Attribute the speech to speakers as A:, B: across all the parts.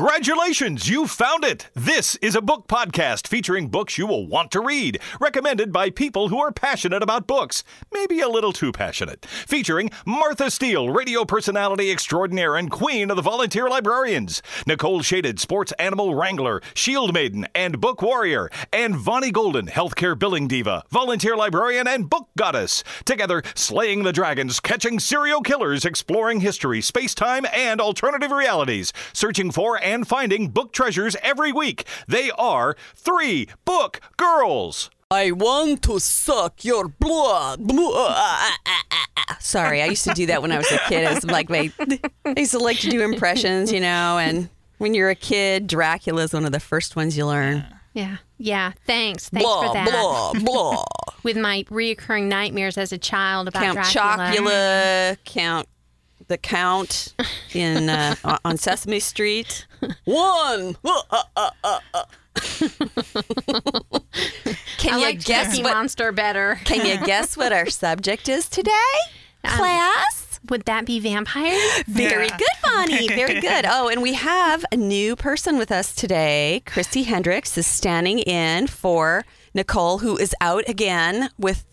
A: Congratulations, you found it! This is a book podcast featuring books you will want to read, recommended by people who are passionate about books, maybe a little too passionate. Featuring Martha Steele, radio personality extraordinaire and queen of the volunteer librarians, Nicole Shaded, sports animal wrangler, shield maiden, and book warrior, and Vonnie Golden, healthcare billing diva, volunteer librarian, and book goddess. Together, slaying the dragons, catching serial killers, exploring history, space time, and alternative realities, searching for and finding book treasures every week. They are three book girls.
B: I want to suck your blood. Sorry, I used to do that when I was a kid. It was like my, I used to like to do impressions, you know. And when you're a kid, Dracula is one of the first ones you learn.
C: Yeah. Yeah. Thanks. Thanks
B: Blah
C: for that.
B: blah blah.
C: With my reoccurring nightmares as a child about
B: Count
C: Dracula.
B: Chocula, Count the Count in uh, on Sesame Street. One. Can
C: I
B: you
C: like
B: guess
C: Cookie
B: what?
C: Monster better.
B: Can you guess what our subject is today,
C: Um,
B: class?
C: Would that be vampires?
B: Very good, Bonnie. Very good. Oh, and we have a new person with us today. Christy Hendricks is standing in for Nicole, who is out again with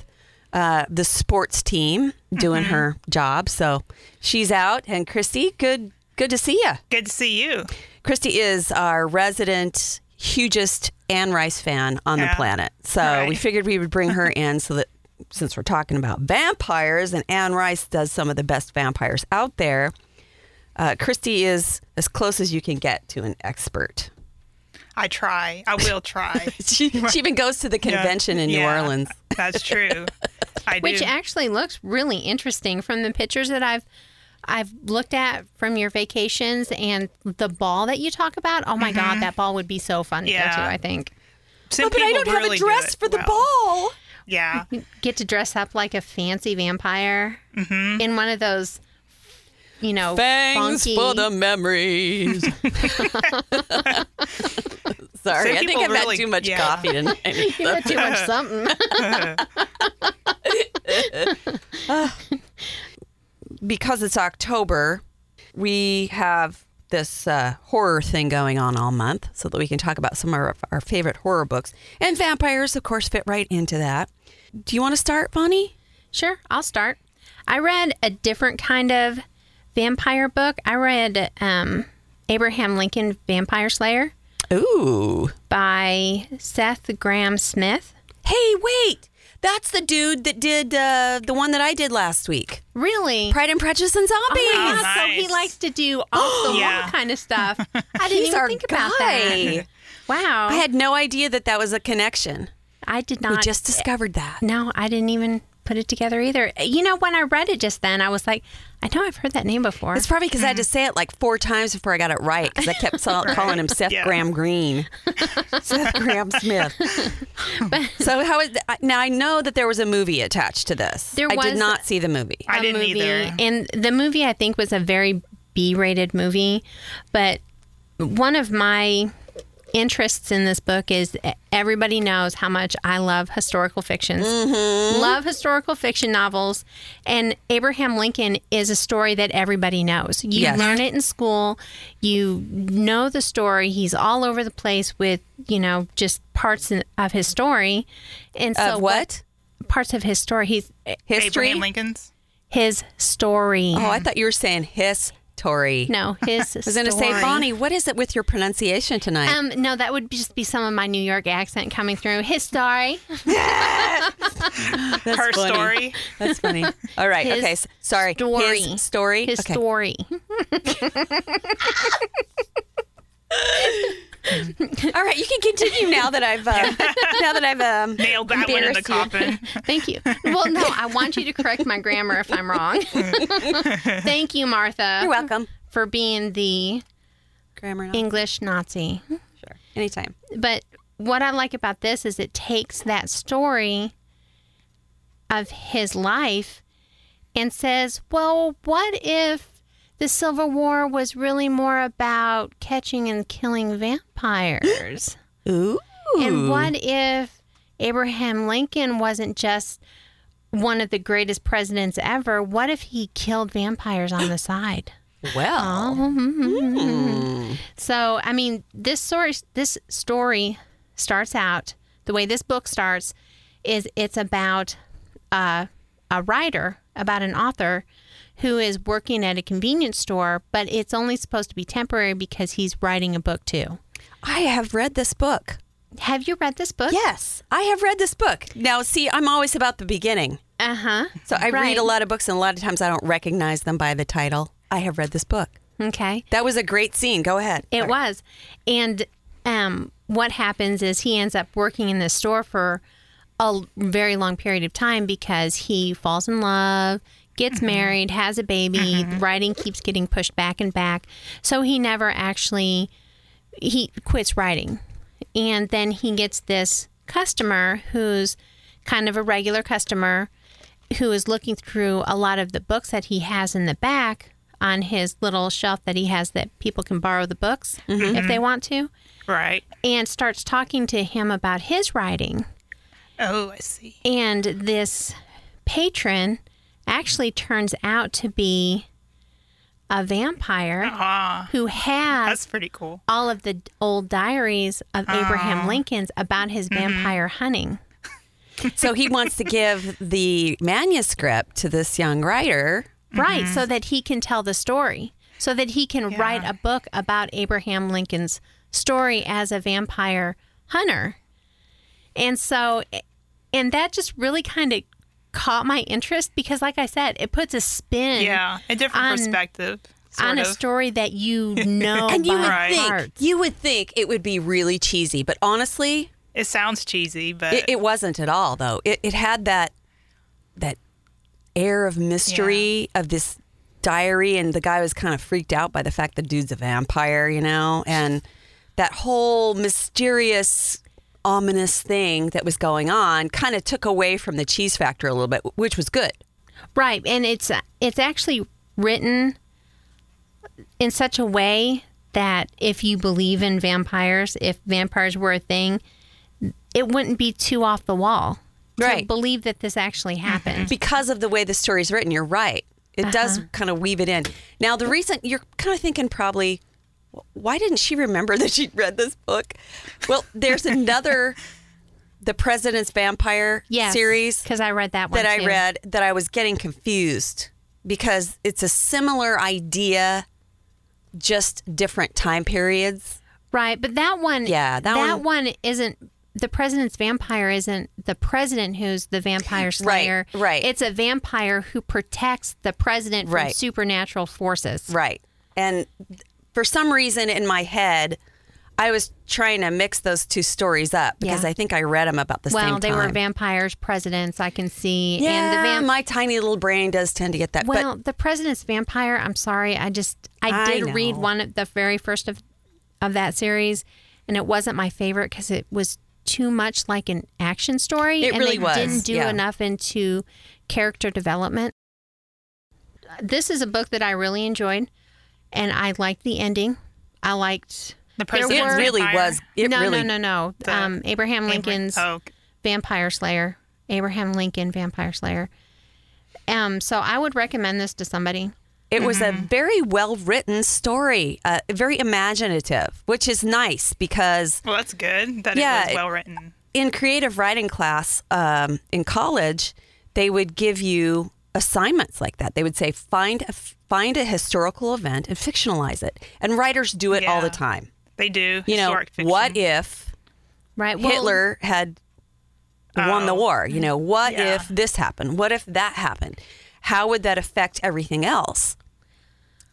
B: uh, the sports team doing her job. So she's out. And Christy, good, good to see you.
D: Good to see you.
B: Christy is our resident hugest Anne Rice fan on the
D: Yeah.
B: planet. So we
D: Right.
B: figured we would bring her in so that since we're talking about vampires and Anne Rice does some of the best vampires out there, uh, Christy is as close as you can get to an expert.
D: I try. I will try.
B: She, she even goes to the
D: Yeah.
B: convention in New
D: Yeah,
B: Orleans.
D: That's true. I
C: Which
D: do.
C: actually looks really interesting from the pictures that I've I've looked at from your vacations and the ball that you talk about. Oh my
B: Mm-hmm.
C: god, that ball would be so fun to
D: Yeah.
C: go to, I think.
D: Some
B: Oh, but I
D: people
B: don't have a
D: really do
B: dress
D: it
B: for the
D: well.
B: ball.
D: Yeah.
C: Get to dress up like a fancy vampire
B: Mm-hmm.
C: in one of those you know, funky,
B: memories. Sorry,
D: Some
B: I think
D: people
B: I've had
D: really-
B: too much
D: yeah.
B: coffee tonight.
C: you got too much something.
B: because it's October, we have this uh, horror thing going on all month so that we can talk about some of our, our favorite horror books. And vampires, of course, fit right into that. Do you want to start, Bonnie?
C: Sure, I'll start. I read a different kind of vampire book. I read um, Abraham Lincoln Vampire Slayer
B: Ooh.
C: by Seth Graham Smith.
B: Hey, wait. That's the dude that did uh, the one that I did last week
C: Really?
B: Pride and Prejudice and Zombies.
D: God.
C: Yeah, so he
D: Nice.
C: likes to do off the wall
D: Yeah.
C: kind of stuff. I didn't
B: He's
C: even
B: our
C: think about that.
B: guy.
C: Wow.
B: I had no idea that that was a connection.
C: I did
B: We
C: not
B: just discovered that.
C: No, I didn't even put it together either. You know, when I read it just then, I was like, I know I've heard that name before.
B: It's probably because I had
D: Mm-hmm.
B: to say it like four times before I got it right because I kept so- calling him Seth
D: Yeah.
B: Graham Green, Seth Graham Smith. so how is that? now? I know that there was a movie attached to this.
C: There
B: I did
C: was-
B: not see the movie.
D: I
C: a
D: didn't
C: movie,
D: either.
C: and the movie I think was a very B-rated movie, but one of my interests in this book is everybody knows how much I love historical fictions. Love historical fiction novels, and Abraham Lincoln is a story that everybody knows. You
B: Yes.
C: learn it in school, you know the story. He's all over the place with you know just parts in- of his story, and so
B: Of what
C: parts of his story? He's
B: history?
D: Abraham Lincoln's.
C: his story.
B: Oh,
D: Mm-hmm.
B: I thought you were saying history.
C: No, his.
B: I was going to say, Bonnie, what is it with your pronunciation tonight?
D: Uh,
C: Um, no, that would just be some of my New York accent coming through. His story.
B: That's
D: Her
B: funny.
D: story.
B: That's funny. All right.
C: His
B: okay. s- Sorry.
C: story.
B: His story.
C: His
B: okay.
C: story.
B: All right. You can continue now that I've uh, now that I've um,
D: Nailed that one in the
B: embarrassed you.
D: coffin.
C: Thank you. Well, no, I want you to correct my grammar if I'm wrong. Thank you, Martha.
B: You're welcome.
C: For being the
B: Grammar. and all.
C: English Nazi.
B: Sure. Anytime.
C: But what I like about this is it takes that story of his life and says, well, what if the Civil War was really more about catching and killing vampires?
B: Ooh.
C: And what if Abraham Lincoln wasn't just one of the greatest presidents ever? What if he killed vampires on the side?
B: Well,
C: Mm-hmm, So, I mean, this story, this story starts out the way this book starts is it's about uh, a writer, about an author who is working at a convenience store, but it's only supposed to be temporary because he's writing a book too.
B: I have read this book.
C: Have you read this book?
B: Yes, I have read this book. Now, see, I'm always about the beginning.
C: Uh huh.
B: So I read a lot of books, and a lot of times I don't recognize them by the title. I have read this book.
C: Okay.
B: That was a great scene. Go ahead.
C: It was. And um, what happens is he ends up working in this store for a l- very long period of time because he falls in love, gets married, has a baby, the writing keeps getting pushed back and back. So he never actually he quits writing. And then he gets this customer who's kind of a regular customer who is looking through a lot of the books that he has in the back on his little shelf that he has that people can borrow the books if they want to
D: Right.
C: and starts talking to him about his writing.
D: Oh, I see.
C: And this patron actually turns out to be a vampire who has
D: That's pretty cool.
C: all of the old diaries of
B: Ah.
C: Abraham Lincoln's about his
B: Mm-hmm.
C: vampire hunting.
B: So he wants to give the manuscript to this young writer.
C: Right, so that he can tell the story, so that he can write a book about Abraham Lincoln's story as a vampire hunter. And so, and that just really kind of caught my interest because, like I said, it puts a spin
D: Yeah, a different
C: On-
D: perspective. Sort
C: on a
D: of.
C: story that you know
B: And you
C: by
B: would
D: Right.
B: think
C: heart.
B: you would think it would be really cheesy, but honestly,
D: It sounds cheesy, but
B: it, it wasn't at all. Though it, it had that that air of mystery of this diary, and the guy was kind of freaked out by the fact the dude's a vampire, you know, and that whole mysterious. Ominous thing that was going on kind of took away from the cheese factor a little bit, which was good.
C: Right, and it's it's actually written in such a way that if you believe in vampires, if vampires were a thing, it wouldn't be too off the wall to
B: Right. Mm-hmm.
C: believe that this actually happened.
B: because of the way the story's written, you're right. It
C: Uh-huh.
B: does kind of weave it in. Now, the reason you're kind of thinking probably, why didn't she remember that she'd read this book? Well, there's another, the President's Vampire
C: Yes,
B: series
C: because I read that one
B: that I
C: too.
B: read that I was getting confused because it's a similar idea, just different time periods.
C: Right, but that one,
B: Yeah, that
C: one, isn't the president's vampire. Isn't the president who's the vampire slayer?
B: right.
C: It's a vampire who protects the president from
B: Right.
C: supernatural forces.
B: Right. And th- for some reason in my head, I was trying to mix those two stories up because
C: Yeah.
B: I think I read them about the
C: Well,
B: same
C: they
B: time.
C: were vampires, presidents. I can see,
B: yeah,
C: and the vamp-
B: my tiny little brain does tend to get that.
C: Well, the president's vampire. I'm sorry, I just I
B: I
C: did
B: know.
C: read one of the very first of of that series, and it wasn't my favorite because it was too much like an action story.
B: It
C: and
B: really
C: they
B: was,
C: Didn't do
B: yeah.
C: enough into character development. This is a book that I really enjoyed, and I liked the ending. I liked
D: the
C: there
B: but it
D: president's
C: were-
B: really
D: vampire-
B: was. It
C: no,
B: really
C: no, no, no,
D: The-
C: Um, Abraham Lincoln's
D: Oh,
C: Vampire Slayer, Abraham Lincoln Vampire Slayer. Um, so I would recommend this to somebody.
B: It was
C: Mm-hmm.
B: a very well written story, uh, very imaginative, which is nice because
D: well, that's good that
B: Yeah,
D: it
B: it-
D: was well written.
B: in creative writing class um, in college, they would give you assignments like that. They would say find a find a historical event and fictionalize it, and writers do it all the
D: Yeah.
B: time.
D: They do.
B: You know,
D: historic fiction.
B: what if
C: Right. Well,
B: Hitler had won the war? You know, what
D: Yeah.
B: if this happened? What if that happened? How would that affect everything else?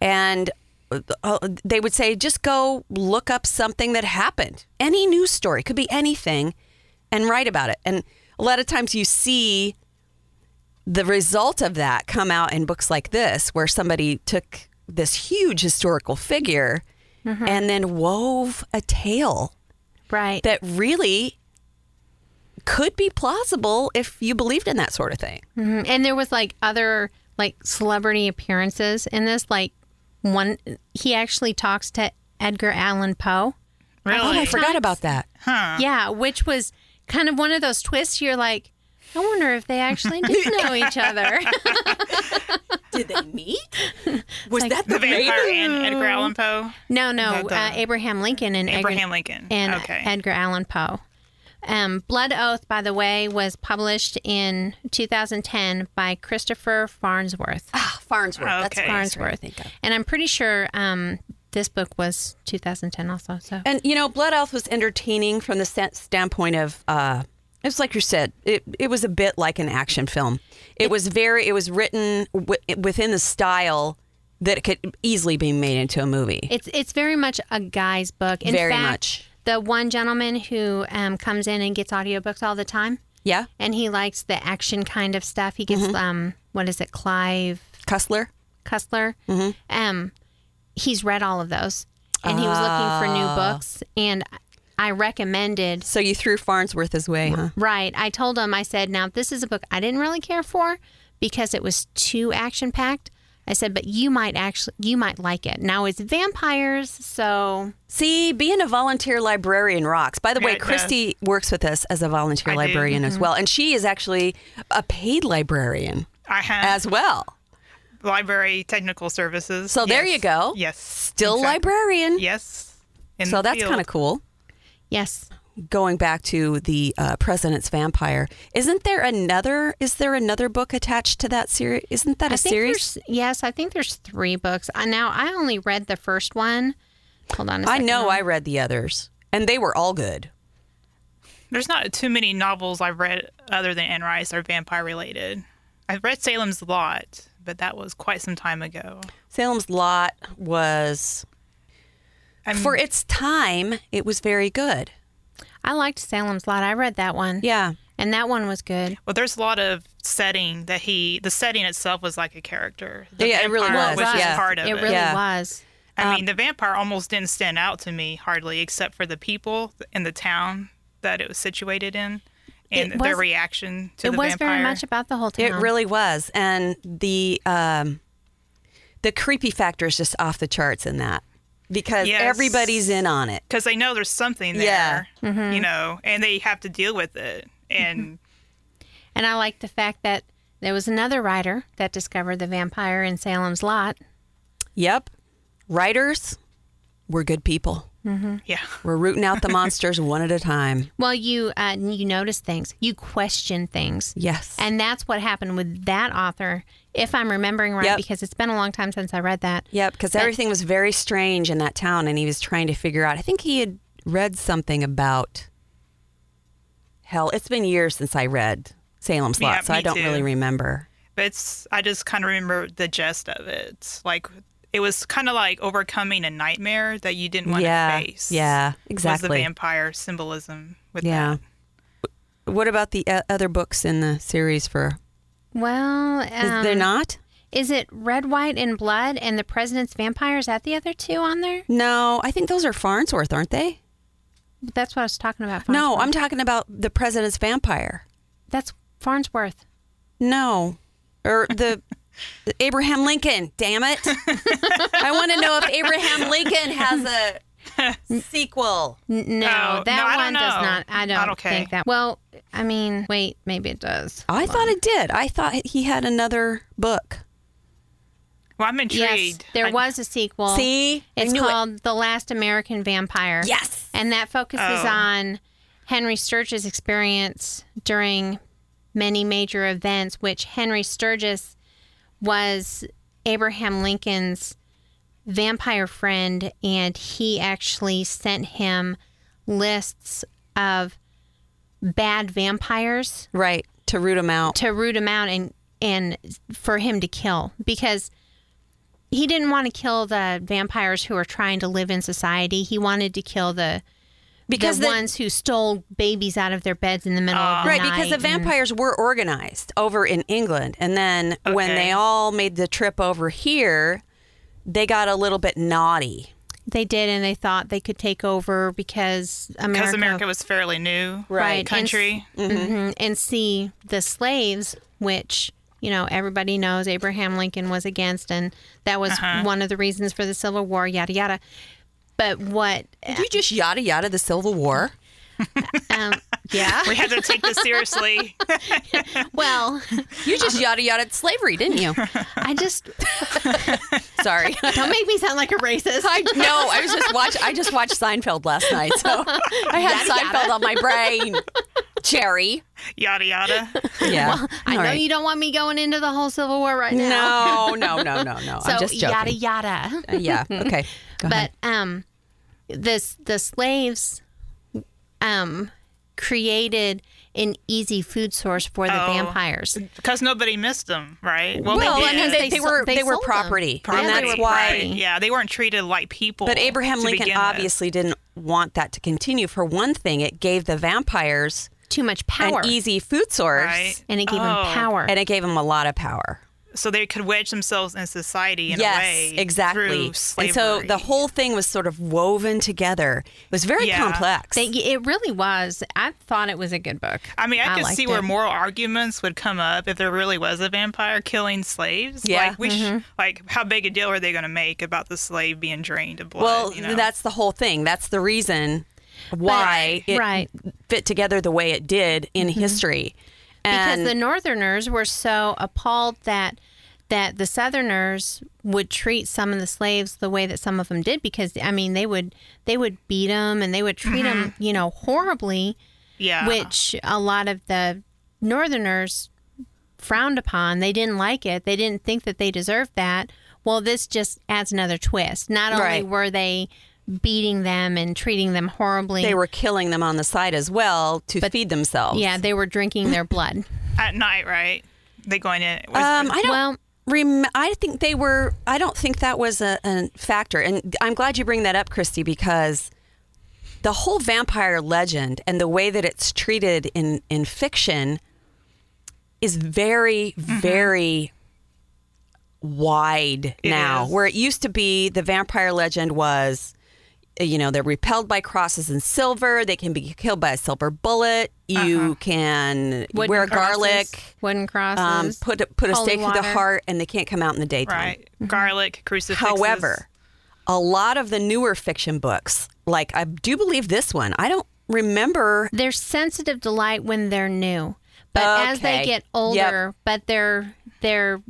B: And uh, they would say, just go look up something that happened. Any news story could be anything, and write about it. And a lot of times you see the result of that come out in books like this, where somebody took this huge historical figure and then wove a tale
C: Right.
B: that really could be plausible if you believed in that sort of thing.
C: Mhm. And there was like other like celebrity appearances in this. Like one, he actually talks to Edgar Allan Poe.
D: Really?
B: Oh, I forgot about that.
C: Yeah, which was kind of one of those twists. You're like, I wonder if they actually did know each other.
E: Did they meet? Was
C: like
E: that
D: The
E: the maiden?
D: vampire and Edgar Allan Poe.
C: No, no,
D: Not the-
C: uh, Abraham Lincoln and Edgar-
D: Abraham Lincoln.
C: and
D: okay.
C: Edgar Allan Poe. Um, Blood Oath, by the way, was published in 2010 by Christopher Farnsworth.
B: Ah, Farnsworth. That's
D: Okay.
B: Farnsworth. I
C: Farnsworth,
B: think of.
C: and I'm pretty sure um, this book was 2010 also. So
B: And you know, Blood Elf was entertaining from the sta- standpoint of uh, it was like you said, it it was a bit like an action film. It was very, it was written w- within the style that it could easily be made into a movie.
C: It's it's very much a guy's book. In
B: Very
C: fact,
B: much.
C: The one gentleman who um, comes in and gets audiobooks all the time,
B: yeah,
C: and he likes the action kind of stuff. He gets um, what is it, Clive
B: Cussler.
C: Cussler?
B: Mm-hmm.
C: Um, he's read all of those, and he was looking for new
B: Ah.
C: books, and I recommended
B: So you threw Farnsworth his way, huh?
C: Right. I told him, I said, now this is a book I didn't really care for because it was too action packed. I said, but you might actually, you might like it. Now it's vampires, so
B: See, being a volunteer librarian rocks. By the
D: Yeah,
B: way,
D: it does.
B: Christy works with us as a volunteer
D: I do.
B: librarian
C: Mm-hmm.
B: as well, and she is actually a paid librarian
D: I have
B: as well.
D: library technical services.
B: So there
D: Yes.
B: you go.
D: Yes.
B: Still
D: exactly.
B: librarian.
D: Yes. In
B: So
D: the
B: that's
D: field.
B: kind of cool.
C: yes.
B: going back to the uh, president's vampire isn't there another is there another book attached to that series isn't that a
C: I think
B: series
C: there's, yes, I think there's three books. I- Now I only read the first one. Hold on a
B: i
C: second.
B: know i read the others and they were all good
D: There's not too many novels I've read other than Anne Rice are vampire related. I've read Salem's Lot, but that was quite some time ago.
B: salem's lot was
D: I'm-
B: for its time it was very good
C: I liked Salem's Lot. I read that one.
B: yeah
C: And that one was good.
D: Well, there's a lot of setting that he, the setting itself was like a character. The
B: Yeah, it really
D: vampire
B: was,
D: was just
B: yeah.
D: part of it.
C: it really um,
B: Yeah.
C: was.
D: I mean, the vampire almost didn't stand out to me hardly, except for the people in the town that it was situated in and
C: It
D: their
C: was-
D: reaction to
C: It
D: the
C: was
D: vampire.
C: very much about the whole town.
B: it
D: Uh-huh.
B: really was and the um the creepy factor is just off the charts in that because
D: Yes.
B: everybody's in on it
D: because they know there's something
B: Yeah. Mm-hmm.
D: there, you know, and they have to deal with it. And
C: And I like the fact that there was another writer that discovered the vampire in Salem's Lot.
B: yep writers we're good people
D: yeah,
B: we're rooting out the monsters one at a time
C: Well, you uh, you notice things, you question things,
B: yes
C: and that's what happened with that author, if I'm remembering right,
B: Yep.
C: because it's been a long time since I read that.
B: Yep, because everything was very strange in that town, and he was trying to figure out. I think he had read something about hell. It's been years since I read Salem's Lot,
D: Yeah,
B: so I
D: me
B: don't
D: too.
B: really remember.
D: but it's I just kind of remember the gist of it. Like it was kind of like overcoming a nightmare that you didn't want
B: yeah,
D: to face.
B: yeah,
D: Was the
B: exactly.
D: vampire symbolism with
B: yeah.
D: that?
B: What about the uh, other books in the series? For
C: Well,
B: is
C: um,
B: there not?
C: is it Red, White, and Blood and the President's Vampire? Is that the other two on there?
B: No, I think those are Farnsworth, aren't they?
C: That's what I was talking about.
B: No,
C: Farnsworth.
B: I'm talking about the President's Vampire.
C: that's Farnsworth.
B: No. Or the the Abraham Lincoln, damn it. I want to know if Abraham Lincoln has a sequel.
C: N- No,
D: Oh,
C: that
D: no, I don't
C: one does
D: know.
C: not. I don't
D: Not okay.
C: think that. Well, I mean, wait, maybe it does.
B: I thought it did. I thought he had another book.
D: Well, I'm intrigued.
C: Yes, there
D: I-
C: was a sequel.
B: See? I
C: it's
B: knew it.
C: called The Last American Vampire.
B: Yes.
C: and that focuses
D: Oh.
C: on Henry Sturgis' experience during many major events, which Henry Sturgis was Abraham Lincoln's vampire friend, and he actually sent him lists of bad vampires
B: Right. To root him out.
C: to root him out and and for him to kill because he didn't want to kill the vampires who were trying to live in society. He wanted to kill the
B: Because
C: the,
B: the- Ah.
C: ones who stole babies out of their beds in the middle of the
B: Right,
C: night.
B: because the
C: and-
B: vampires were organized over in England. And then when
D: Okay.
B: they all made the trip over here, they got a little bit naughty.
C: they did, and they thought they could take over because
D: because
C: America,
D: America was fairly new,
B: Right.
C: and-
D: Country.
C: mhm, and see the slaves, which you know everybody knows Abraham Lincoln was against, and that was
B: Uh-huh.
C: one of the reasons for the Civil War. Yada yada. But what
B: Did you just yada yada the Civil War?
C: Um, yeah.
D: We had to take this seriously.
C: Well,
B: You just yada yada slavery, didn't you?
C: I just
B: Sorry.
C: don't make me sound like a racist.
B: I no, I was just watch. I just watched Seinfeld last night, so I had Seinfeld on my brain. Cherry.
D: yada yada.
B: Yeah.
C: I
B: All
C: know
B: right.
C: you don't want me going into the whole Civil War right now.
B: No, no, no, no, no.
C: So
B: I'm just joking.
C: yada yada.
B: Uh, yeah. Okay. Go ahead.
C: but um this the slaves um created an easy food source for the
D: Oh.
C: vampires.
D: Because nobody missed them, right? Well,
B: Well,
D: they
B: I
D: did.
B: mean, they,
C: They
B: they were
C: sold- they
B: they were
C: sold them.
B: property,
D: Probably,
B: and that's
C: Property,
B: why.
D: right. Yeah, they weren't treated like people.
B: But Abraham
D: to
B: Lincoln
D: begin with.
B: obviously didn't want that to continue. For one thing, it gave the vampires
C: Too much power.
B: an easy food source,
D: Right.
C: and it gave
D: Oh.
C: them power.
B: and it gave them a lot of power.
D: So they could wedge themselves in society in
B: yes,
D: a way.
B: exactly.
D: Through slavery.
B: And so the whole thing was sort of woven together. It was very
D: Yeah.
B: complex.
C: They, it really was. I thought it was a good book.
D: I mean, I, could
C: liked
D: see where
C: it.
D: moral arguments would come up if there really was a vampire killing slaves.
B: Yeah. mm-hmm.
D: Like, we sh- like how big a deal are they going to make about the slave being drained of blood?
B: well,
D: you know?
B: that's the whole thing. That's the reason why it
C: right. Mm-hmm.
B: fit together the way it did in history.
C: because
B: And
C: the Northerners were so appalled that that the Southerners would treat some of the slaves the way that some of them did. Because I mean, they would they would beat them and they would treat
B: Uh-huh.
C: them, you know, horribly.
D: yeah.
C: which a lot of the northerners frowned upon. They didn't like it. They didn't think that they deserved that. Well, this just adds another twist. Not only
B: Right.
C: were they beating them and treating them horribly,
B: they were killing them on the side as well to feed themselves.
C: yeah, they were drinking their blood.
D: At night, right? They going in. was-
B: Um, I don't.
C: Well-
B: rem- I think they were. I don't think that was a, a factor. And I'm glad you bring that up, Christy, because the whole vampire legend and the way that it's treated in in fiction is very, very wide
D: It
B: now.
D: is.
B: Where it used to be, the vampire legend was you know they're repelled by crosses and silver they can be killed by a silver bullet you can
C: Wooden
B: wear
C: crosses,
B: garlic
C: wooden
B: um,
C: crosses.
B: put a, put a
C: holy
B: stake through the
C: water.
B: heart, and they can't come out in the daytime.
D: right. Garlic, crucifixes.
B: mm-hmm. However, a lot of the newer fiction books, like I do believe this one, I don't remember.
C: they're sensitive to light when they're new, but as they
B: Okay.
C: get older, but their their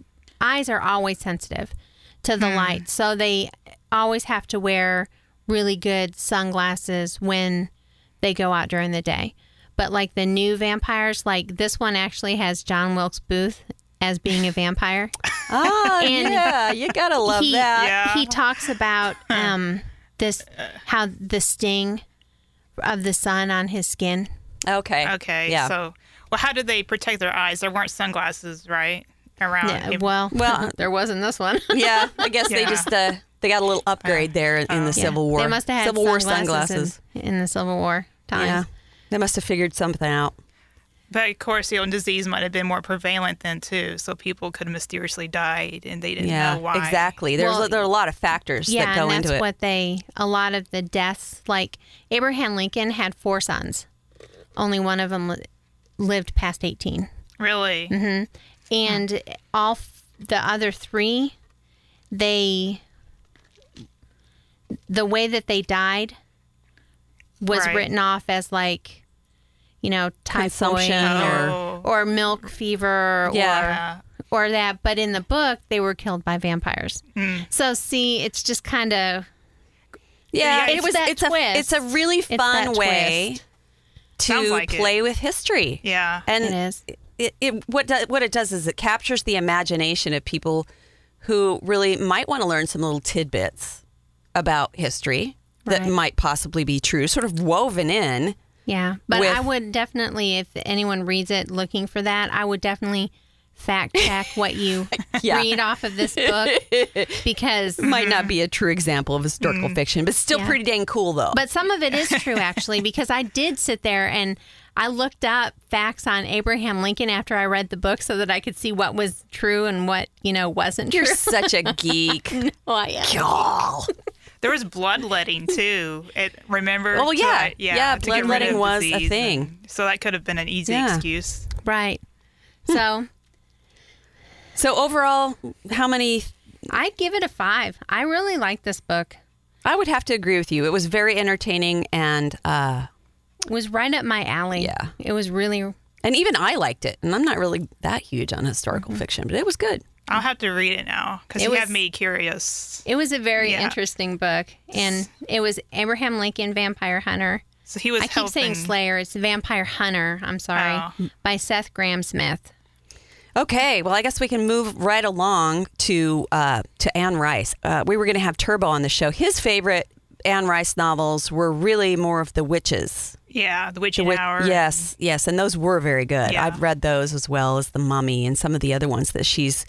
C: eyes are always sensitive to
B: Hmm.
C: the light, so they always have to wear really good sunglasses when they go out during the day. But like the new vampires, like this one actually has John Wilkes Booth as being a vampire.
B: Oh,
C: And
B: yeah, you gotta love
C: he,
B: that.
D: Yeah.
C: He talks about um, this how the sting of the sun on his skin.
B: Okay.
D: Okay.
B: Yeah.
D: So, well, how did they protect their eyes? There weren't sunglasses, right? Around.
C: Yeah,
D: if-
C: well,
B: Well-
C: there wasn't this one.
B: yeah, I guess they
D: Yeah.
B: just uh, they got a little upgrade there in the Civil War.
C: Oh, They must have had
B: Civil War
C: sunglasses in, in the Civil War times.
B: Yeah, they must have figured something out.
D: But of course, you know, disease might have been more prevalent then too, so people could have mysteriously died and they didn't
B: Yeah,
D: know why.
B: exactly. There's
C: Well,
B: there are a lot of factors
C: Yeah,
B: that go
C: and that's
B: into it.
C: what they a lot of the deaths. Like Abraham Lincoln had four sons, only one of them li- lived past eighteen,
D: Really?
B: Mm-hmm.
C: and all f- the other three, they the way that they died was
D: Right.
C: written off as like, you know, typhoid
B: Consumption
C: or,
D: or-
C: or milk fever or
B: yeah,
D: Yeah.
C: or that, but in the book they were killed by vampires.
D: Hmm.
C: So see, it's just kind of
B: yeah.
D: Yeah,
B: it
D: it's
B: was.
C: that
B: it's a.
C: twist.
B: It's a really
C: that
B: fun way.
C: twist.
B: to
D: Sounds like it.
B: play with history.
D: Yeah.
B: and
C: It is.
B: It, it- what do, what it does is it captures the imagination of people who really might want to learn some little tidbits about history that
C: Right.
B: might possibly be true, sort of woven in.
C: yeah. But
B: With-
C: I would definitely, if anyone reads it looking for that, I would definitely fact check what you
B: Yeah.
C: read off of this book because.
B: Might not be a true example of historical fiction, but still
C: Mm-hmm. Mm. Yeah.
B: pretty dang cool though.
C: But some of it is true actually because I did sit there and I looked up facts on Abraham Lincoln after I read the book so that I could see what was true and what you know wasn't
B: you're
C: true.
B: such a geek.
C: Oh, I am.
B: Oh,
D: There was bloodletting too. It remember?
B: Oh,
D: to,
B: yeah.
D: uh, yeah.
B: Yeah,
D: to get rid
B: bloodletting
D: of
B: was a
D: disease
B: thing.
D: and- so that could have been an easy
B: Yeah.
D: excuse.
C: Right. So
B: so overall, how many?
C: I give it a five. I really like this book.
B: I would have to agree with you. It was very entertaining and uh,
C: was right up my alley.
B: Yeah.
C: It was really
B: And even I liked it. And I'm not really that huge on historical
D: Mm-hmm.
B: fiction, but it was good.
D: I'll have to read it now because
C: It
D: you have
C: was-
D: me curious.
C: it was a very
D: Yeah.
C: interesting book. And it was Abraham Lincoln Vampire Hunter.
D: So he was
C: I keep
D: helping.
C: saying Slayer, it's Vampire Hunter, I'm sorry.
D: Oh.
C: By Seth Graham Smith.
B: Okay, well, I guess we can move right along to uh, to Anne Rice. Uh, we were going to have Turbo on the show. His favorite Anne Rice novels were really more of the witches.
D: yeah, The Witching
B: Wi-
D: Hour.
B: Yes, yes, and those were very good.
D: Yeah.
B: I've read those as well as The Mummy and some of the other ones that she's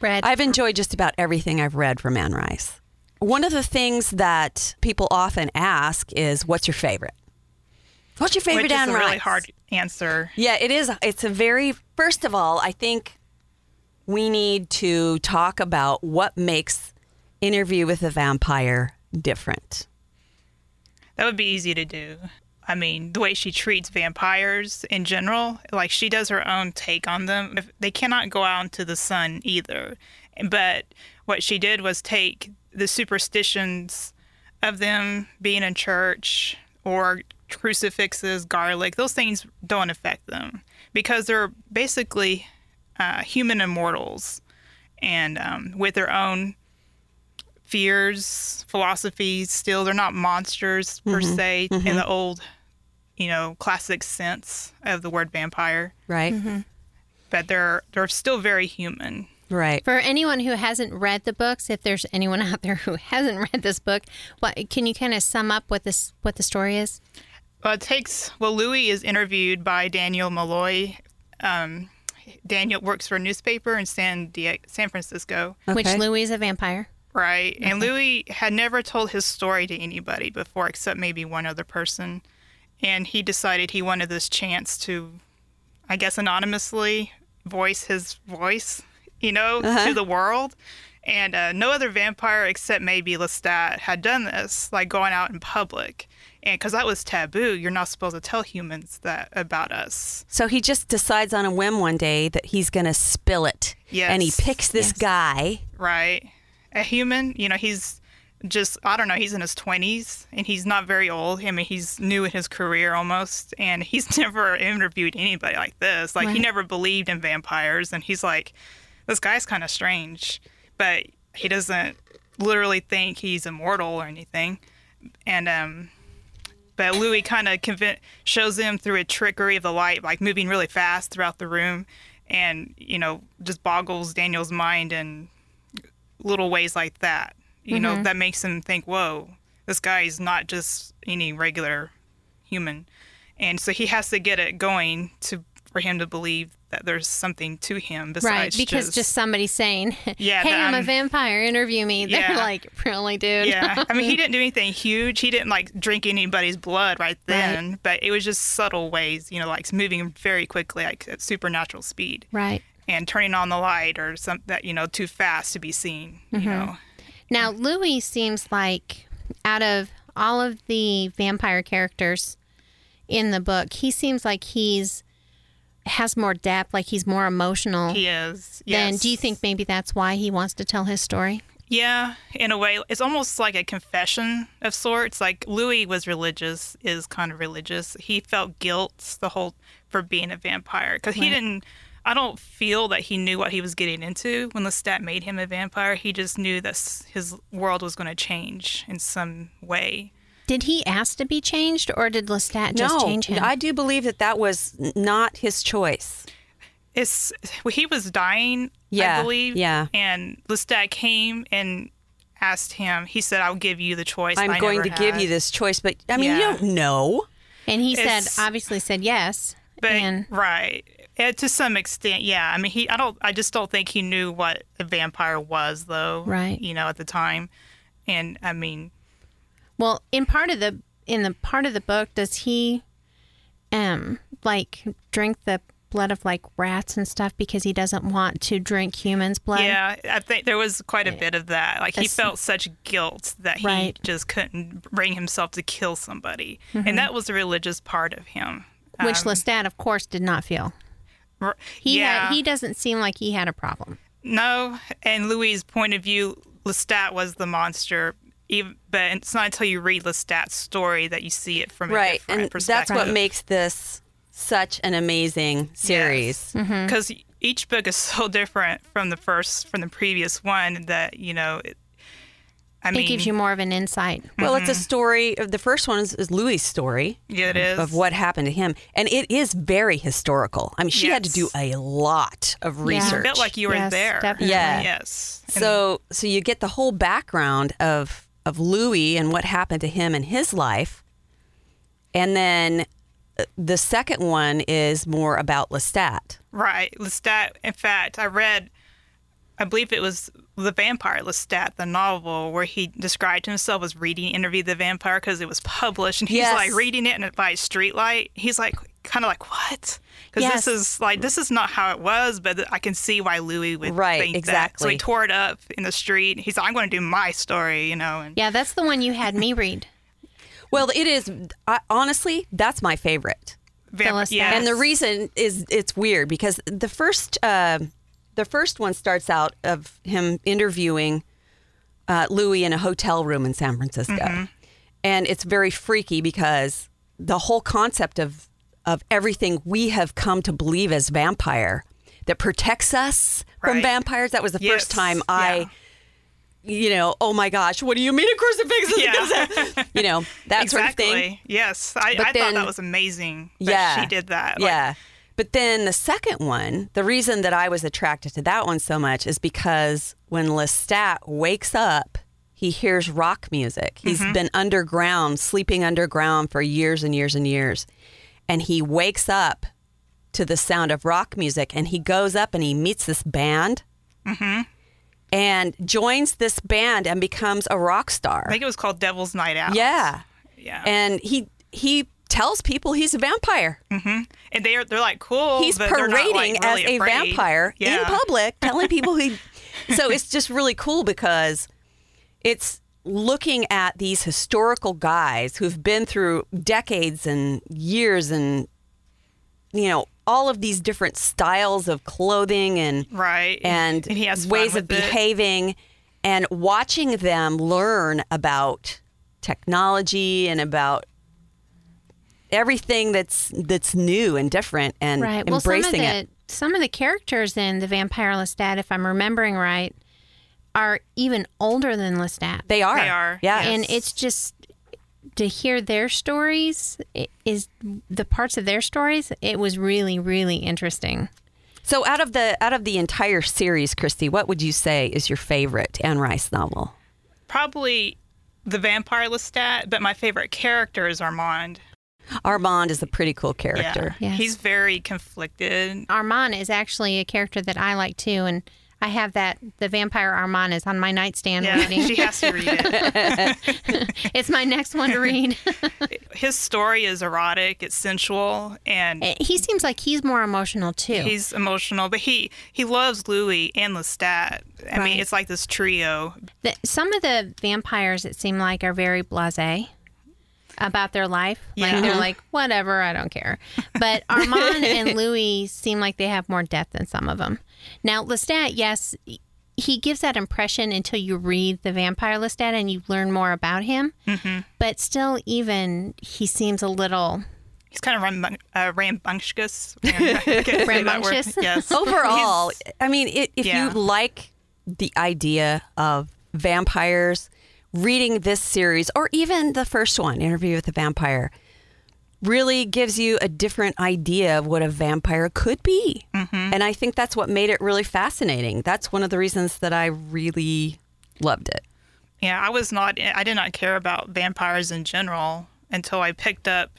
C: Read
B: I've enjoyed just about everything I've read from Anne Rice. One of the things that people often ask is, "What's your favorite?" What's your favorite
D: Which
B: Anne
D: is a
B: Rice?
D: really hard answer.
B: Yeah, it is. It's a very, first of all, I think we need to talk about what makes Interview with a Vampire different.
D: That would be easy to do. I mean, the way she treats vampires in general, like she does her own take on them. If- They cannot go out into the sun either. But what she did was take the superstitions of them being in church or crucifixes, garlic, those things don't affect them because they're basically uh, human immortals and um, with their own fears, philosophies still. They're not monsters per se in the old, you know, classic sense of the word vampire,
B: Right?
D: Mm-hmm. but they're they're still very human.
B: Right.
C: For anyone who hasn't read the books, if there's anyone out there who hasn't read this book, what can you kind of sum up what this what the story is?
D: Well, it takes well. Louis is interviewed by Daniel Malloy. Um, Daniel works for a newspaper in San Diego, San Francisco,
C: Which
B: Okay.
C: Louis is a vampire.
D: right? And Louis had never told his story to anybody before, except maybe one other person. And he decided he wanted this chance to, I guess, anonymously voice his voice, you know, to the world. And uh, no other vampire except maybe Lestat had done this, like going out in public. And because that was taboo, you're not supposed to tell humans that about us.
B: So he just decides on a whim one day that he's going to spill it.
D: Yes.
B: And he picks this guy.
D: right? A human, you know, he's just, I don't know, he's in his 20s and he's not very old. I mean, he's new in his career almost, and he's never interviewed anybody like this. Like, he never believed in vampires, and he's like, this guy's kind of strange, but he doesn't literally think he's immortal or anything. And, um, but Louis kind of convin- shows him through a trickery of the light, like moving really fast throughout the room, and you know just boggles Daniel's mind in little ways like that. You
C: Mm-hmm.
D: know that makes him think, "Whoa, this guy is not just any regular human," and so he has to get it going to for him to believe that there's something to him
C: right.
D: besides
C: Because just, somebody saying,
D: Yeah,
C: Hey,
D: that
C: I'm a
D: I'm-
C: vampire, interview me. They're
D: Yeah.
C: like, Really, dude?
D: yeah. I mean, he didn't do anything huge. He didn't like drink anybody's blood right then, but it was just subtle ways, you know, like moving very quickly, like at supernatural speed,
C: right.
D: and turning on the light or something that you know too fast to be seen. You know,
C: Now Louis seems like out of all of the vampire characters in the book, he seems like he's has more depth, like he's more emotional.
D: he is.
C: than
D: Yes.
C: do you think maybe that's why he wants to tell his story?
D: Yeah, in a way, it's almost like a confession of sorts. Like Louis was religious, is kind of religious. He felt guilt the whole for being a vampire because he didn't. I don't feel that he knew what he was getting into when Lestat made him a vampire. He just knew that s- his world was going to change in some way.
C: Did he ask to be changed, or did Lestat just
B: no,
C: change him?
B: I do believe that that was n- not his choice.
D: It's well, he was dying,
B: Yeah,
D: I believe.
B: yeah.
D: And Lestat came and asked him. He said, "I'll give you the choice.
B: I'm
D: I
B: going to
D: never
B: give
D: had."
B: you this choice, but I mean, you
D: Yeah.
B: don't know.
C: and he said,
D: It's-
C: obviously said yes.
D: But
C: and
D: right, Uh, to some extent, yeah. I mean, he. I don't. I just don't think he knew what a vampire was, though.
C: Right.
D: You know, at the time, and I mean,
C: well, in part of the in the part of the book, does he, um, like drink the blood of like rats and stuff because he doesn't want to drink humans' blood?
D: yeah. I think there was quite a bit of that. Like he
C: That's-
D: felt such guilt that he
C: Right. Mm-hmm.
D: just couldn't bring himself to kill somebody, and that was a religious part of him. Uh,
C: Which Lestat, of course, did not feel.
D: R-
C: He
D: yeah.
C: had, he doesn't seem like he had a problem.
D: No, and Louis's point of view, Lestat was the monster, Even, but it's not until you read Lestat's story that you see it from a
B: right,
D: different
B: and
D: perspective.
B: that's what makes this such an amazing series.
C: Mm-hmm.
D: because e, each book is so different from the first from the previous one that you know it, i mean
C: It gives you more of an insight.
B: Well, it's a
D: Mm-hmm.
B: story. uh, The first one is, is Louie's story
D: yeah it is
B: of what happened to him, and it is very historical. I mean, she had to do
D: Yes.
B: a lot of
C: Yeah.
B: research.
D: I felt like you were
C: Yes,
D: there
C: definitely.
B: Yeah.
D: yes And
B: So so you get the whole background of of Louis and what happened to him in his life. And then uh, the second one is more about Lestat.
D: Right. Lestat, in fact, I read, I believe it was The Vampire Lestat, the novel, where he described himself as reading Interview the Vampire because it was published. And he's
B: Yes.
D: like reading it in- by a streetlight. He's like, kind of like, what? Because
C: Yes.
D: this is like, this is not how it was, but I can see why Louis would
B: Right,
D: think that. So
B: exactly.
D: he tore it up in the street. He's like, I'm going to do my story, you know. And
C: Yeah, that's the one you had me read.
B: Well, it is I, honestly that's my favorite.
C: Lestat.
D: yeah.
B: And the reason is it's weird because the first uh, the first one starts out of him interviewing uh, Louis in a hotel room in San Francisco,
D: Mm-hmm.
B: and it's very freaky because the whole concept of of everything we have come to believe as vampire that protects us from
D: Right.
B: vampires. That was the
D: Yes.
B: first time I.
D: Yeah.
B: You know, oh my gosh, what do you mean a crucifix? is
D: Yeah.
B: gonna-" you know, that
D: exactly.
B: sort of thing.
D: Yes. I,
B: But
D: I
B: then-
D: thought that was amazing. that
B: Yeah.
D: She did that. Like,
B: Yeah. But then the second one, the reason that I was attracted to that one so much is because when Lestat wakes up, he hears rock music. He's
D: Mm-hmm.
B: been underground, sleeping underground for years and years and years. And he wakes up to the sound of rock music and he goes up and he meets this band
D: Mm-hmm.
B: and joins this band and becomes a rock star.
D: I think it was called Devil's Night Out.
B: yeah.
D: Yeah.
B: And he he tells people he's a vampire.
D: and they're they're like cool.
B: he's
D: but they're not, like,
B: parading
D: really
B: as a
D: afraid.
B: vampire
D: Yeah.
B: in public, telling people he. so it's just really cool because it's looking at these historical guys who've been through decades and years and you know all of these different styles of clothing and
D: Right.
B: and,
D: And he has fun
B: ways of
D: with it.
B: behaving and watching them learn about technology and about everything that's that's new and different and
C: Right. Well, some of
B: embracing
C: the
B: it.
C: some of the characters in the Vampire Lestat, if I'm remembering right, are even older than Lestat.
B: They are.
D: They are,
B: Yeah.
C: Uh, and it's just to hear their stories i- is the parts of their stories it was really really interesting
B: so out of the out of the entire series, Christy, what would you say is your favorite Anne Rice novel?
D: probably the vampire Lestat, but my favorite character is Armand.
B: Armand is a pretty cool character.
D: Yeah.
C: Yes.
D: He's very conflicted.
C: armand is actually a character that i like too and i have that the vampire armand is on my nightstand
D: Yeah,
C: reading
D: she has to read it.
C: it's my next one to read
D: His story is erotic, it's sensual, and
C: he seems like he's more emotional too
D: he's emotional. But he he loves Louis and Lestat. I
C: Right.
D: mean, it's like this trio.
C: The- some of the vampires it seem like are very blasé about their life like
D: Yeah.
C: they're like whatever i don't care but armand and louis seem like they have more depth than some of them now lestat yes he gives that impression until you read the vampire lestat and you learn more about him but still even he seems a little
D: He's kind of rambun- uh, rambunctious. Ram- I can't say that word.
C: Rambunctious?
D: Yes.
B: Overall, I mean, it, if you
D: Yeah.
B: like the idea of vampires, reading this series or even the first one, Interview with a Vampire, really gives you a different idea of what a vampire could be.
D: Mm-hmm.
B: And I think that's what made it really fascinating. That's one of the reasons that I really loved it.
D: Yeah, I was not. I did not care about vampires in general until I picked up.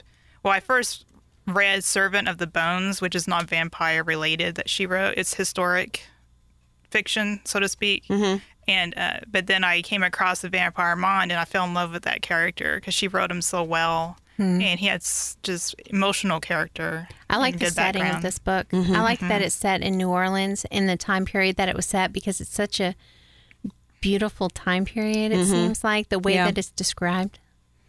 D: Well, I first read *Servant of the Bones*, which is not vampire related that she wrote. It's historic fiction, so to speak.
C: Mm-hmm.
D: And uh, but then I came across the vampire Mond, and I fell in love with that character because she wrote him so well, and he had s- just emotional character.
C: Hmm. I like
D: and
C: the
D: good
C: setting of
D: background. Mm-hmm.
C: this book.
B: Mm-hmm.
C: I like that it's set in New Orleans in the time period that it was set because it's such a beautiful time period. It seems like the way
B: Mm-hmm. Yeah.
C: that it's described.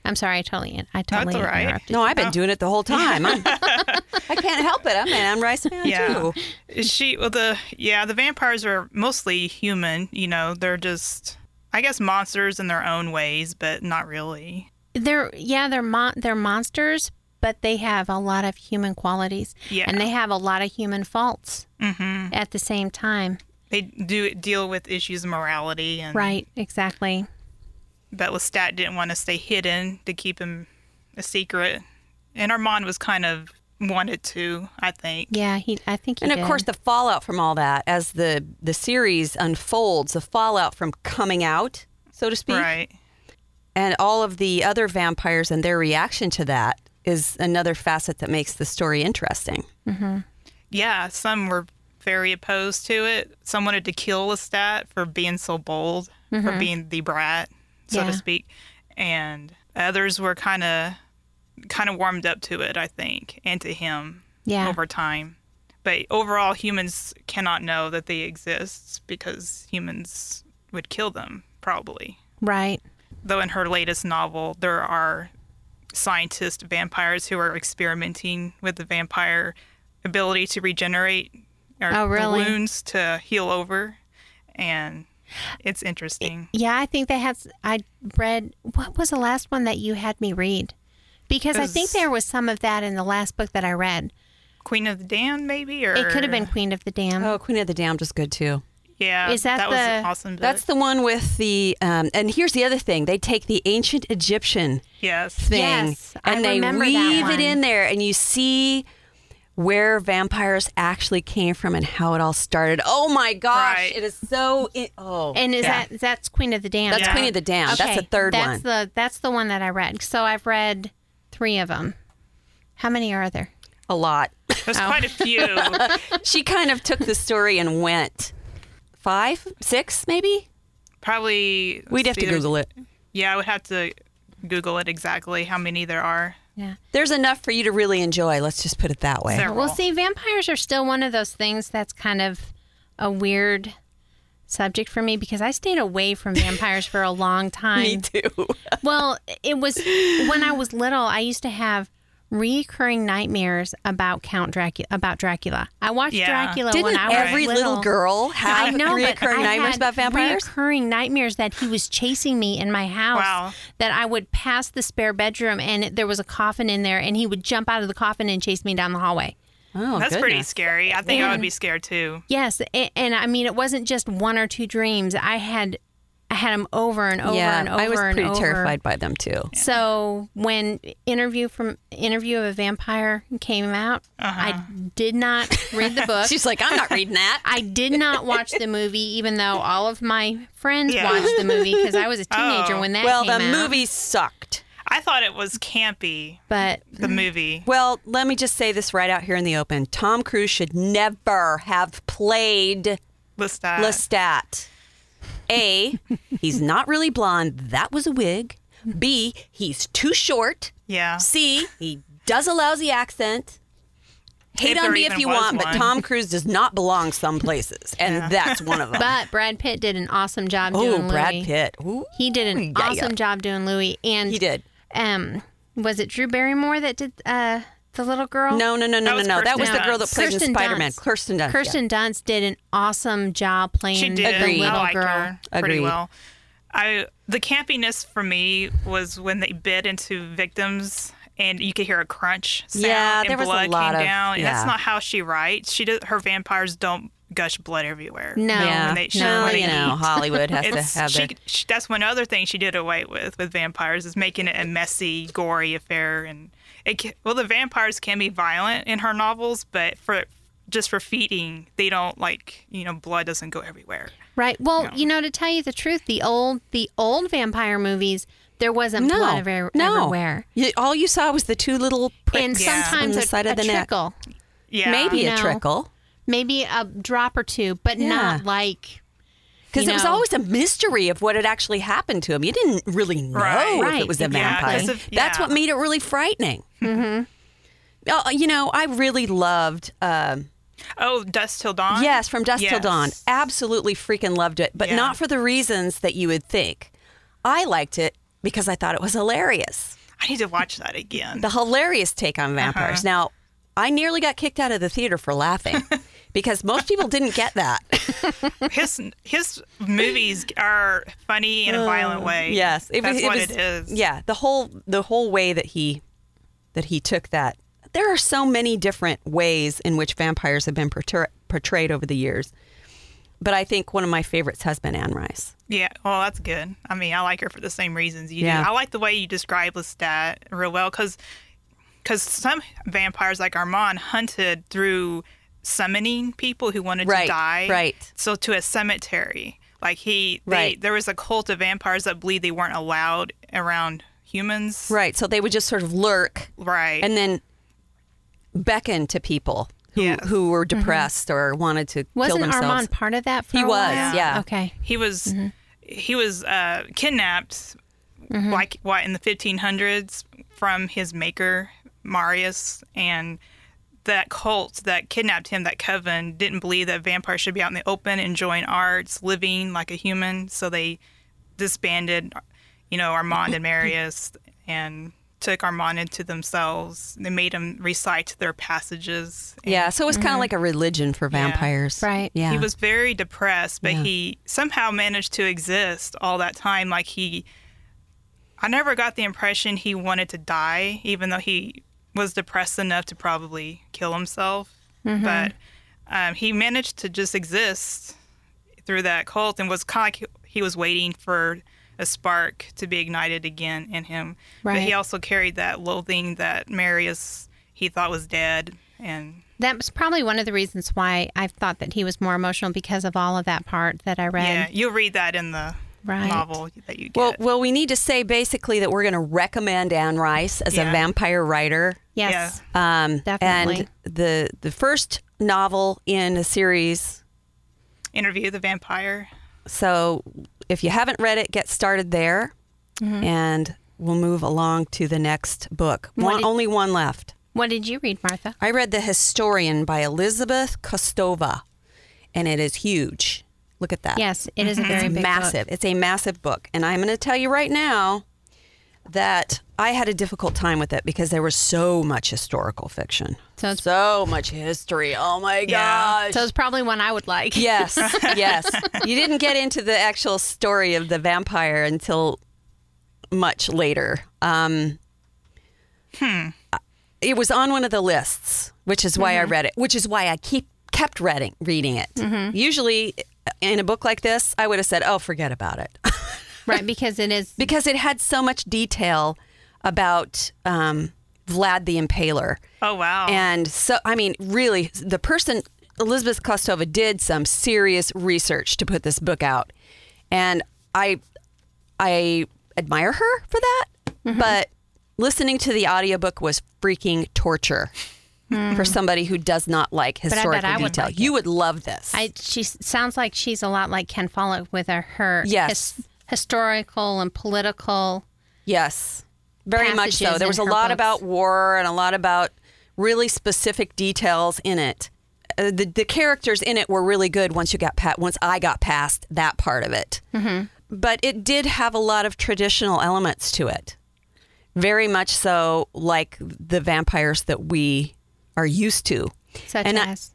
C: I'm sorry, I totally, I totally
D: all right.
C: interrupted.
B: No, I've been doing it the whole time. I'm, I can't help it. I'm an Anne Rice fan
D: Yeah.
B: too.
D: She well the yeah, the vampires are mostly human, you know, they're just I guess monsters in their own ways, but not really.
C: They're yeah, they're mon- they're monsters, but they have a lot of human qualities.
D: Yeah.
C: And they have a lot of human faults
D: hmm
C: at the same time.
D: They do deal with issues of morality, and
C: Right, exactly.
D: but Lestat didn't want to stay hidden to keep him a secret, and Armand was kind of wanted to, I think.
C: Yeah, he I think he
B: And of
C: did.
B: course, the fallout from all that, as the the series unfolds, the fallout from coming out, so to speak,
D: Right.
B: and all of the other vampires and their reaction to that is another facet that makes the story interesting.
D: Yeah, some were very opposed to it. Some wanted to kill Lestat for being so bold, for being the brat, so
C: Mm-hmm. Yeah.
D: to speak, and others were kind of kind of warmed up to it, I think, and to him
C: Yeah.
D: over time. But overall, humans cannot know that they exist because humans would kill them probably.
C: Right.
D: Though in her latest novel, there are scientist vampires who are experimenting with the vampire ability to regenerate or
C: Oh, really?
D: wounds to heal over, and it's interesting.
C: Yeah, I think they had. I read what was the last one that you had me read, because I think
D: Is-
C: there was some of that in the last book that I read.
D: Queen of the Dam, maybe, or
C: It could have been Queen of the Dam.
B: Oh, Queen of the Damned was good too.
D: Yeah,
C: Is that
D: was an
C: the-
D: awesome book.
B: That's the one with the um, and here's the other thing: they take the ancient Egyptian
D: yes,
B: thing
C: Yes, I
B: and they
C: remember that
B: weave it
C: one.
B: in there, and you see where vampires actually came from and how it all started. Oh my gosh,
D: Right.
B: it is so. It, oh,
C: And is
D: Yeah.
C: that that's Queen of the Dam?
B: that's
D: Yeah.
B: Queen of the Damned. That's the
C: Okay,
B: third
C: that's
B: one.
C: the that's the one that I read. So I've read three of them. How many are there?
B: a lot.
D: there's
C: Oh.
D: quite a few.
B: she kind of took the story and went five, six, maybe.
D: Probably
B: We'd have to Google it.
D: Yeah, I would have to Google it exactly how many there are.
C: Yeah.
B: There's enough for you to really enjoy. Let's just put it that way.
D: Several.
C: Well, see, vampires are still one of those things that's kind of a weird subject for me because I stayed away from vampires for a long time.
B: Me
C: Oh,
B: too.
C: Well, it was when I was little, I used to have recurring nightmares about Count Dracula about Dracula. I watched
D: Yeah.
C: Dracula when
B: Didn't
C: I was
B: every little
C: little
B: girl
C: I
B: have
C: know, but
B: recurring
C: I
B: nightmares
C: had
B: about vampires?
C: Recurring nightmares that he was chasing me in my house.
D: Wow.
C: That I would pass the spare bedroom and it, there was a coffin in there, and he would jump out of the coffin and chase me down the hallway.
B: oh,
D: That's pretty
B: goodness.
D: scary. I think I would be scared too.
C: Yes, and, and I mean it wasn't just one or two dreams. I had, I had them over and over
B: yeah,
C: and over
B: I was
C: and
B: pretty
C: over.
B: terrified by them too.
C: So when interview from interview of a vampire came out,
D: Uh-huh.
C: I did not read the book.
B: She's like, I'm not reading that.
C: I did not watch the movie, even though all of my friends
D: Yeah.
C: watched the movie because I was a teenager
D: Oh.
C: when that
B: well,
C: came
B: the
C: out.
B: movie sucked.
D: I thought it was campy,
C: But
D: the movie.
B: Well, let me just say this right out here in the open: Tom Cruise should never have played
D: Lestat.
B: Lestat. A, he's not really blonde. That was a wig. B, he's too short.
D: Yeah.
B: C, he does a lousy accent. Hate
D: If
B: on
D: there
B: me if
D: even
B: you
D: was
B: want, but
D: one.
B: Tom Cruise does not belong some places, and that's one of them.
C: but Brad Pitt did an awesome job
B: oh,
C: doing
B: Brad
C: Louis.
B: Pitt. Ooh,
C: He did an
B: yeah,
C: awesome
B: yeah.
C: job doing Louis, and
B: He did.
C: Um, was it Drew Barrymore that did uh the little girl?
B: No, no, no, no, no,
D: That was
B: no. That
D: Kirsten
B: was the girl that
D: Dunst.
B: played in
C: Kirsten
B: Spider Man.
C: Dunst.
B: Kirsten Dunst. yeah.
C: Kirsten Dunst did an awesome job playing
D: She did.
C: the
B: Agreed.
C: little
D: I like
C: girl.
D: her pretty
B: Agreed.
D: well. I the campiness for me was when they bit into victims and you could hear a crunch sound
B: Yeah,
D: and
B: there was a
D: blood
B: lot
D: came
B: of-
D: down. And
B: yeah.
D: That's not how she writes. She does, her vampires don't gush blood everywhere.
C: No.
B: Yeah.
D: when they- she-
B: no,
D: when they
B: you know,
D: eat.
B: Hollywood has
D: It's,
B: to have
D: she,
B: their-
D: she, that's one other thing she did away with with vampires is making it a messy, gory affair. And it ca- well, the vampires can be violent in her novels, but for just for feeding, they don't like you know blood doesn't go everywhere.
C: Right. Well, you know, to tell you the truth, the old the old vampire movies, there wasn't
B: No,
C: blood ever-
B: no.
C: everywhere.
B: You, all you saw was the two little pricks
C: And
D: Yeah.
B: on
C: sometimes
B: the
C: a,
B: side
C: a
B: of the neck.
C: trickle,
D: Yeah,
B: Maybe a
C: No.
B: trickle.
C: maybe a drop or two, but
B: Yeah.
C: not like
B: Because
C: you
B: it was
C: know.
B: always a mystery of what had actually happened to him. You didn't really know
D: Right.
B: if it
C: Right,
B: was a
D: exactly.
B: vampire.
D: Yeah, 'cause if-
B: That's
D: yeah.
B: what made it really frightening. Mm-hmm. you know, I really loved, um,
D: Oh, Dust Till Dawn?
B: yes, From Dusk Till
D: Yes.
B: Dawn. Absolutely freaking loved it, but
D: Yeah.
B: not for the reasons that you would think. I liked it because I thought it was hilarious.
D: I need to watch that again. Uh-huh.
B: The hilarious take on vampires. Now, I nearly got kicked out of the theater for laughing because most people didn't get that.
D: his his movies are funny in a violent way.
B: yes,
D: that's what it is.
B: Yeah, the whole the whole way that he that he took that. There are so many different ways in which vampires have been portray- portrayed over the years, but I think one of my favorites has been Anne Rice.
D: Yeah. Well, that's good. I mean, I like her for the same reasons you
B: Yeah.
D: do. I like the way you describe Lestat real well because some vampires like Armand hunted through summoning people who wanted
B: Right,
D: to die.
B: right.
D: So to a cemetery. Like he, they,
B: Right.
D: there was a cult of vampires that believed they weren't allowed around humans.
B: Right, so they would just sort of lurk
D: Right.
B: and then beckon to people who
D: Yeah.
B: who were depressed or wanted to kill
C: Wasn't
B: themselves.
C: Armand part of that? For
B: He
C: a
B: was,
C: while?
B: yeah.
C: Okay.
D: he was he was uh, kidnapped like what in the 1500s from his maker Marius and that cult that kidnapped him that coven didn't believe that vampires should be out in the open enjoying arts living like a human so they disbanded you know Armand and Marius and took Armand into themselves they made him recite their passages and
B: yeah, so it was kind of like a religion for vampires.
C: Right.
B: Yeah.
D: he was very depressed, but he somehow managed to exist all that time. Like he, I never got the impression he wanted to die, even though he was depressed enough to probably kill himself. But um, he managed to just exist through that cult and was kind of like he was waiting for a spark to be ignited again in him. But he
C: Right.
D: also carried that loathing that Marius he thought was dead. And
C: That was probably one of the reasons why I thought that he was more emotional because of all of that part that I read.
D: yeah, you'll read that in the
C: Right.
D: novel that you get.
B: Well, well, we need to say basically that we're going to recommend Anne Rice as a
D: Yeah.
B: vampire writer.
C: Yes.
B: Um,
C: Definitely.
B: And the the first novel in a series.
D: Interview the Vampire.
B: So if you haven't read it, get started there, and we'll move along to the next book. One,
C: did-
B: only one left.
C: What did you read, Martha?
B: I read The Historian by Elizabeth Kostova, and it is huge. Look at that.
C: Yes, it is a very big book.
B: massive. It's a massive book, and I'm going to tell you right now that I had a difficult time with it because there was so much historical fiction,
C: So
B: so,
C: it's-
B: much history. Oh my
D: Yeah.
B: gosh!
C: So it's probably one I would like.
B: yes, yes. You didn't get into the actual story of the vampire until much later. Um, hmm. It was on one of the lists, which is why I read it. Which is why I keep kept reading reading it. Usually, uh, in a book like this, I would have said, "Oh, forget about it."
C: Right, because it is
B: because it had so much detail about um, Vlad the Impaler.
D: Oh wow.
B: And so, I mean, really, the person, Elizabeth Kostova, did some serious research to put this book out. And I, I admire her for that.
C: Mm-hmm.
B: But listening to the audiobook was freaking torture for somebody who does not like
C: bet
B: historical
C: Hmm. I would
B: detail.
C: like
B: you would love this.
C: I she s- sounds like she's a lot like Ken Follett with her, her
B: Yes.
C: historical and political.
B: Yes, very much so.
C: passages
B: There
C: in
B: was a
C: her
B: lot
C: books.
B: about war and a lot about really specific details in it. Uh, the, the characters in it were really good once you got pat once I got past that part of it.
C: Mm-hmm.
B: But it did have a lot of traditional elements to it, very much so like the vampires that we are used to,
C: Such
B: And I-
C: as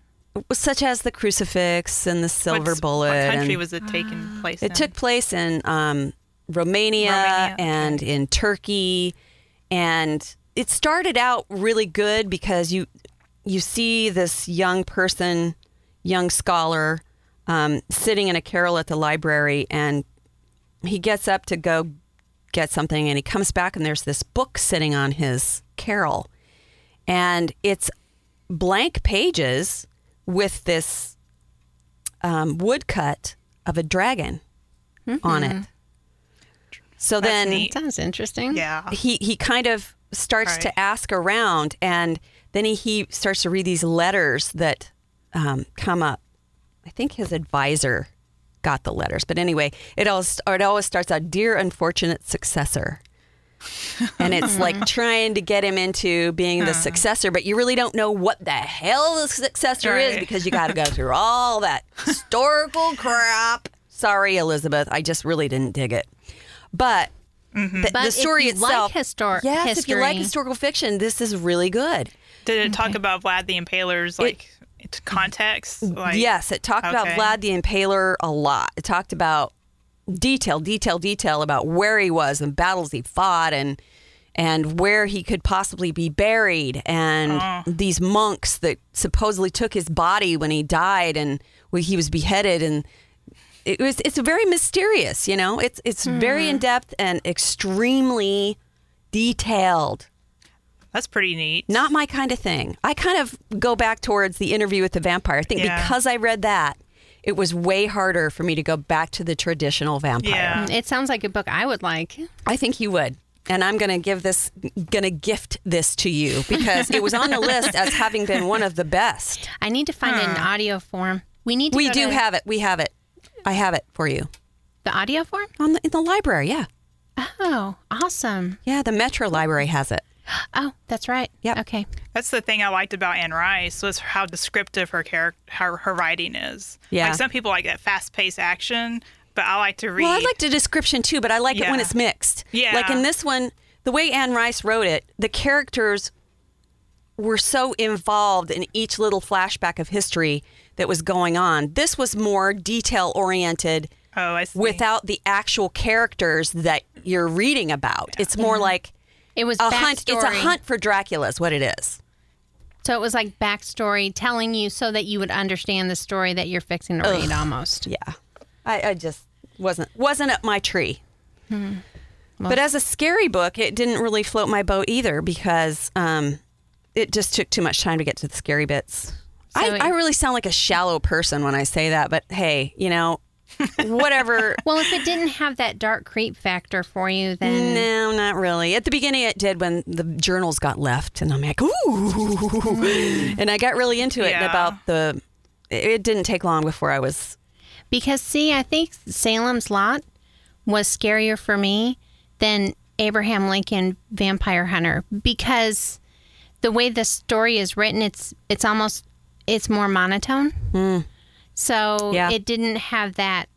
B: such as the crucifix and the silver
D: What's-
B: bullet.
D: What country
B: and-
D: was it taking place in?
B: it took place in um, Romania,
D: Romania,
B: and in Turkey, and it started out really good because you you see this young person, young scholar, um, sitting in a carol at the library, and he gets up to go get something, and he comes back, and there's this book sitting on his carol, and it's blank pages with this um, woodcut of a dragon on it. So
D: Hmm. That's
B: then
D: neat.
C: sounds interesting.
D: Yeah.
B: he he kind of starts
D: Right.
B: to ask around, and then he, he starts to read these letters that um, come up. I think his advisor got the letters, but anyway, it always it always starts out, "Dear unfortunate successor," and it's
D: Mm-hmm.
B: like trying to get him into being
D: Uh-huh.
B: the successor, but you really don't know what the hell the successor is
D: Right.
B: because you got to go through all that historical crap. Sorry, Elizabeth, I just really didn't dig it, but. The,
C: But
B: the story
C: if you
B: itself.
C: like histor-
B: yes,
C: history,
B: if you like historical fiction, this is really good.
D: Did it talk about Vlad the Impaler's like It's context. Like,
B: Mm, yes, it talked about
D: okay.
B: Vlad the Impaler a lot. It talked about detail, detail, detail about where he was and battles he fought and and where he could possibly be buried and these monks that supposedly took his body when he died and when he was beheaded and it was it's very mysterious, you know. It's it's
C: Hmm.
B: very in depth and extremely detailed.
D: That's pretty neat.
B: Not my kind of thing. I kind of go back towards the interview with the vampire. I think
D: Yeah.
B: because I read that, it was way harder for me to go back to the traditional vampire.
D: Yeah.
C: It sounds like a book I would like.
B: I think you would. And I'm going to give this, going to gift this to you because it was on the list as having been one of the best.
C: I need to find it in audio form. We need to
B: We
C: go
B: do
C: to
B: have it. We have it. I have it for you
C: the audio form.
B: on the, in the library. Yeah.
C: Oh, awesome.
B: Yeah. The Metro Library has it.
C: Oh, that's right.
B: Yep.
C: Okay.
D: That's the thing I liked about Anne Rice was how descriptive her character, her, her writing is.
B: Yeah.
D: Like some people like that fast-paced action, but I like to read.
B: Well, I liked a description too, but I like it when
D: Yeah.
B: it's mixed.
D: Yeah.
B: Like in this one, the way Anne Rice wrote it, the characters were so involved in each little flashback of history that was going on. This was more detail oriented
D: Oh, I see.
B: without the actual characters that you're reading about. It's more like
C: It was
B: a
C: backstory.
B: hunt. It's a hunt for Dracula, is what it is.
C: So it was like backstory telling you so that you would understand the story that you're fixing to read almost.
B: Yeah, I, I just wasn't wasn't up my tree.
C: Hmm.
B: but as a scary book, it didn't really float my boat either because um, it just took too much time to get to the scary bits.
C: So
B: I,
C: it-
B: I really sound like a shallow person when I say that, but hey, you know, whatever.
C: Well, if it didn't have that dark creep factor for you, then
B: No, not really. At the beginning, it did when the journals got left, and I'm like, ooh,
C: Hmm.
B: and I got really into it. And
D: Yeah.
B: about the, it didn't take long before I was.
C: Because see, I think Salem's Lot was scarier for me than Abraham Lincoln Vampire Hunter because the way the story is written, it's it's almost it's more monotone. So
B: Hmm. Yeah.
C: it didn't have that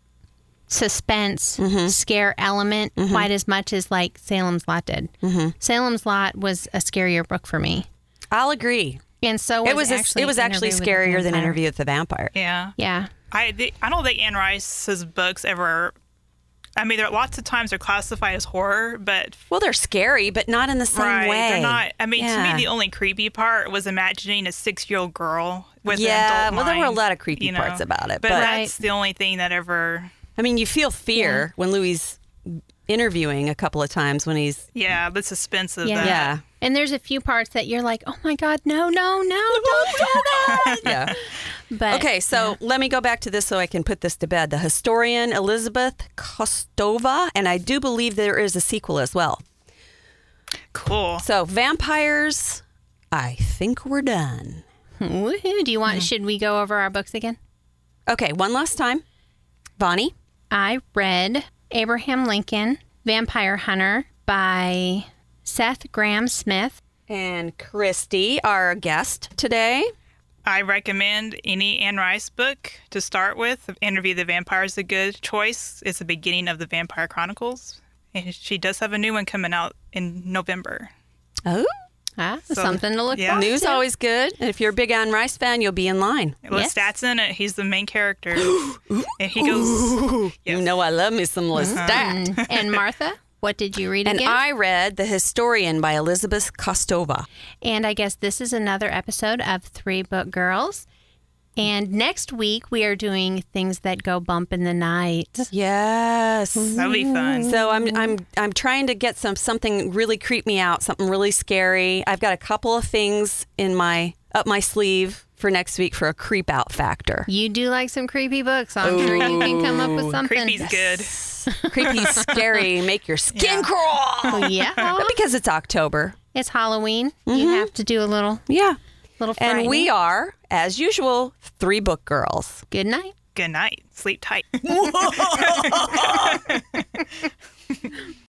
C: suspense
B: Mm-hmm.
C: scare element quite as much as like Salem's Lot did.
B: Mm-hmm.
C: Salem's Lot was a scarier book for me,
B: I'll agree.
C: and so
B: It was. a-
C: actually
B: it was actually
C: Interview with the
B: scarier than
C: Vampire.
B: Interview with the Vampire.
D: yeah.
C: Yeah.
D: I th- I don't think Anne Rice's books ever. I mean, there are lots of times they're classified as horror, but
B: Well, they're scary, but not in the same
D: right,
B: way.
D: they're not. I mean, to
B: Yeah.
D: me, the only creepy part was imagining a six-year-old girl with
B: Yeah,
D: an adult
B: well, there were a
D: mind,
B: lot of creepy
D: you know?
B: parts about it,
D: but,
B: but-
D: that's the only thing that ever.
B: I mean, you feel fear when Louis interviewing a couple of times when he's.
D: Yeah, the suspense of
C: Yeah.
D: that.
B: Yeah.
C: And there's a few parts that you're like, oh my God, no, no, no, don't do that.
B: Yeah.
C: But
B: Okay, so let me go back to this so I can put this to bed. The historian Elizabeth Kostova, and I do believe there is a sequel as well.
D: Cool.
B: So, vampires, I think we're done.
C: woohoo, do you want, should we go over our books again?
B: Okay, one last time. Bonnie,
C: I read Abraham Lincoln, Vampire Hunter by Seth Graham Smith.
B: and Christy, our guest today.
D: I recommend any Anne Rice book to start with. Interview the Vampire is a good choice. It's the beginning of the Vampire Chronicles, and she does have a new one coming out in November.
B: Oh,
C: Ah,
D: So-
C: something to look
D: yeah.
C: forward
B: news
C: to.
B: always good. And if you're a big Anne Rice fan, you'll be in line.
D: Lestat's
C: Yes.
D: in it. He's the main character, and he goes.
B: You know, I love me some Lestat.
C: And, and Martha, what did Uh-huh. you read
B: And
C: again?
B: I read The Historian by Elizabeth Kostova.
C: And I guess this is another episode of Three Book Girls. And next week we are doing things that go bump in the night.
B: Yes.
D: That'll be fun.
B: Mm-hmm. So I'm I'm I'm trying to get some something really creep me out, something really scary. I've got a couple of things in my up my sleeve for next week for a creep out factor.
C: You do like some creepy books. I'm sure you can come up with something.
D: Creepy's good.
B: Creepy, scary, make your skin crawl.
C: Oh, Yeah.
B: But because it's October.
C: It's Halloween. You have to do a little
B: Yeah.
C: little
B: Mm-hmm. And we
C: frightening.
B: are, as usual, three book girls.
C: Good night.
D: Good night. Sleep tight.